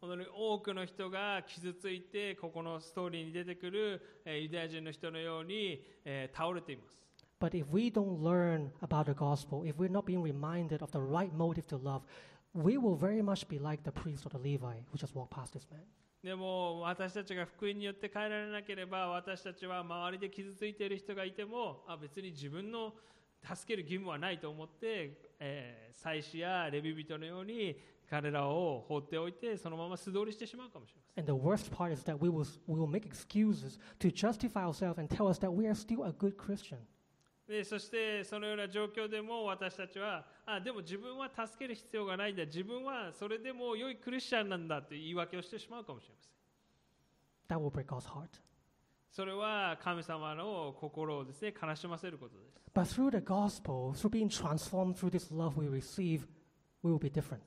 本当に多くの人が傷ついてここのストーリーに出てくる、えーユダヤ人の人のように、えー倒れています
But if we don't learn about the gospel, if we're not being reminded of the right motive to love, we will very much be like the priest or the Levite who just walked past this man.
でも私たちが福音によって変えられなければ私たちは周りで傷ついている人がいてもあ別に自分の助ける義務はないと思って、えー祭司やレビ人のように彼らを放っておいてそのまま素通りしてしまうかもしれません
And the worst part is that we will, we will make excuses to justify ourselves and tell us that we are still a good Christian.
でそしてそのような状況でも私たちはあでも自分は助ける必要がないんだ自分はそれでも良いクリスチャンなんだという言い訳をしてしまうかもしれません
That will break God's heart.
それは神様の心をですね悲しませることです
But through the gospel, through being transformed through this love we receive, we will be different.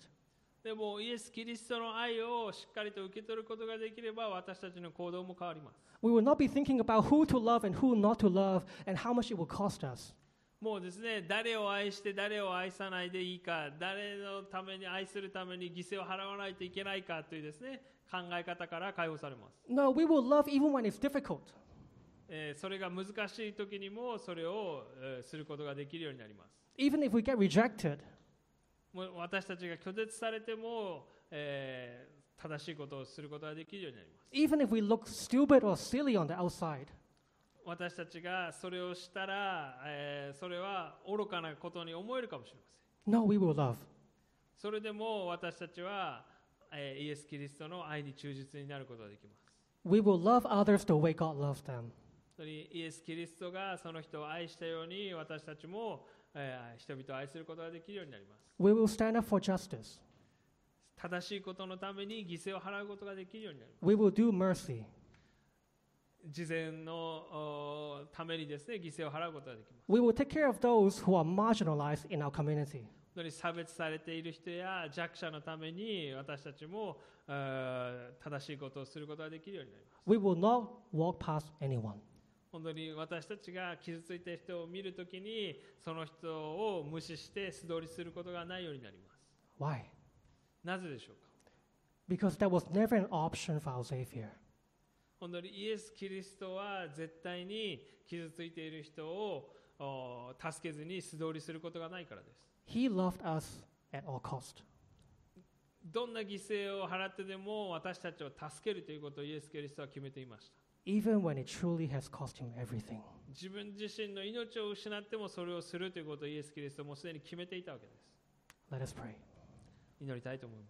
でもイエス・キリストの愛をしっかりと受け取ることができれば私たちの行動も変わります。
We will not be thinking about who to love and who not to love and how much it will cost us.
もうですね、誰を愛して誰を愛さないでいいか、誰のために愛するために犠牲を払わないといけないかというですね、考え方から解放されます。
No, we will love even when it's difficult.
えーそれが難しい時にもそれを、えーすることができるようになります
Even if we get rejected,
もう私たちが拒絶されても、えー正しいことをすることができるようになります
even if we look stupid or silly on the outside,
私たちがそれをしたら、えーそれは愚かなことに思えるかもしれません
no, we will love.
それでも私たちは、えーイエス・キリストの愛に忠実になることができます
We will love others the way God loves them.
本当にイエス・キリストがその人を愛したように私たちも、えー人々を愛することができるようになります
We will stand up for justice.
正しいことのために犠牲を払うことができるようになります
We will do mercy.
事前のおためにですね犠牲を払うことができます
We will take care of those who are marginalized in our community.
本当に差別されている人や弱者のために私たちもあー正しいことをすることができるようになります
We will not walk past anyone.
本当に私たちが傷ついた人を見るときにその人を無視して素通りすることがないようになります
Why?
なぜでしょうか
Because that was never an option for our Savior.
本当にイエス・キリストは絶対に傷ついている人をお助けずに素通りすることがないからです
He loved us at all cost.
どんな犠牲を払ってでも私たちを助けるということをイエス・キリストは決めていました
even when it truly has cost him everything.
自分自身の命を失ってもそれをするということをイエス・キリストはもうすでに決めていたわけです
Let us pray.
祈りたいと思いま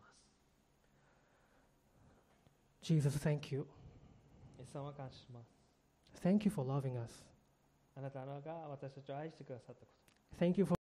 す
Jesus, thank you.
イエス様感謝します
Thank you for loving us.
あなたが私たちを愛してくださったこと
Thank you for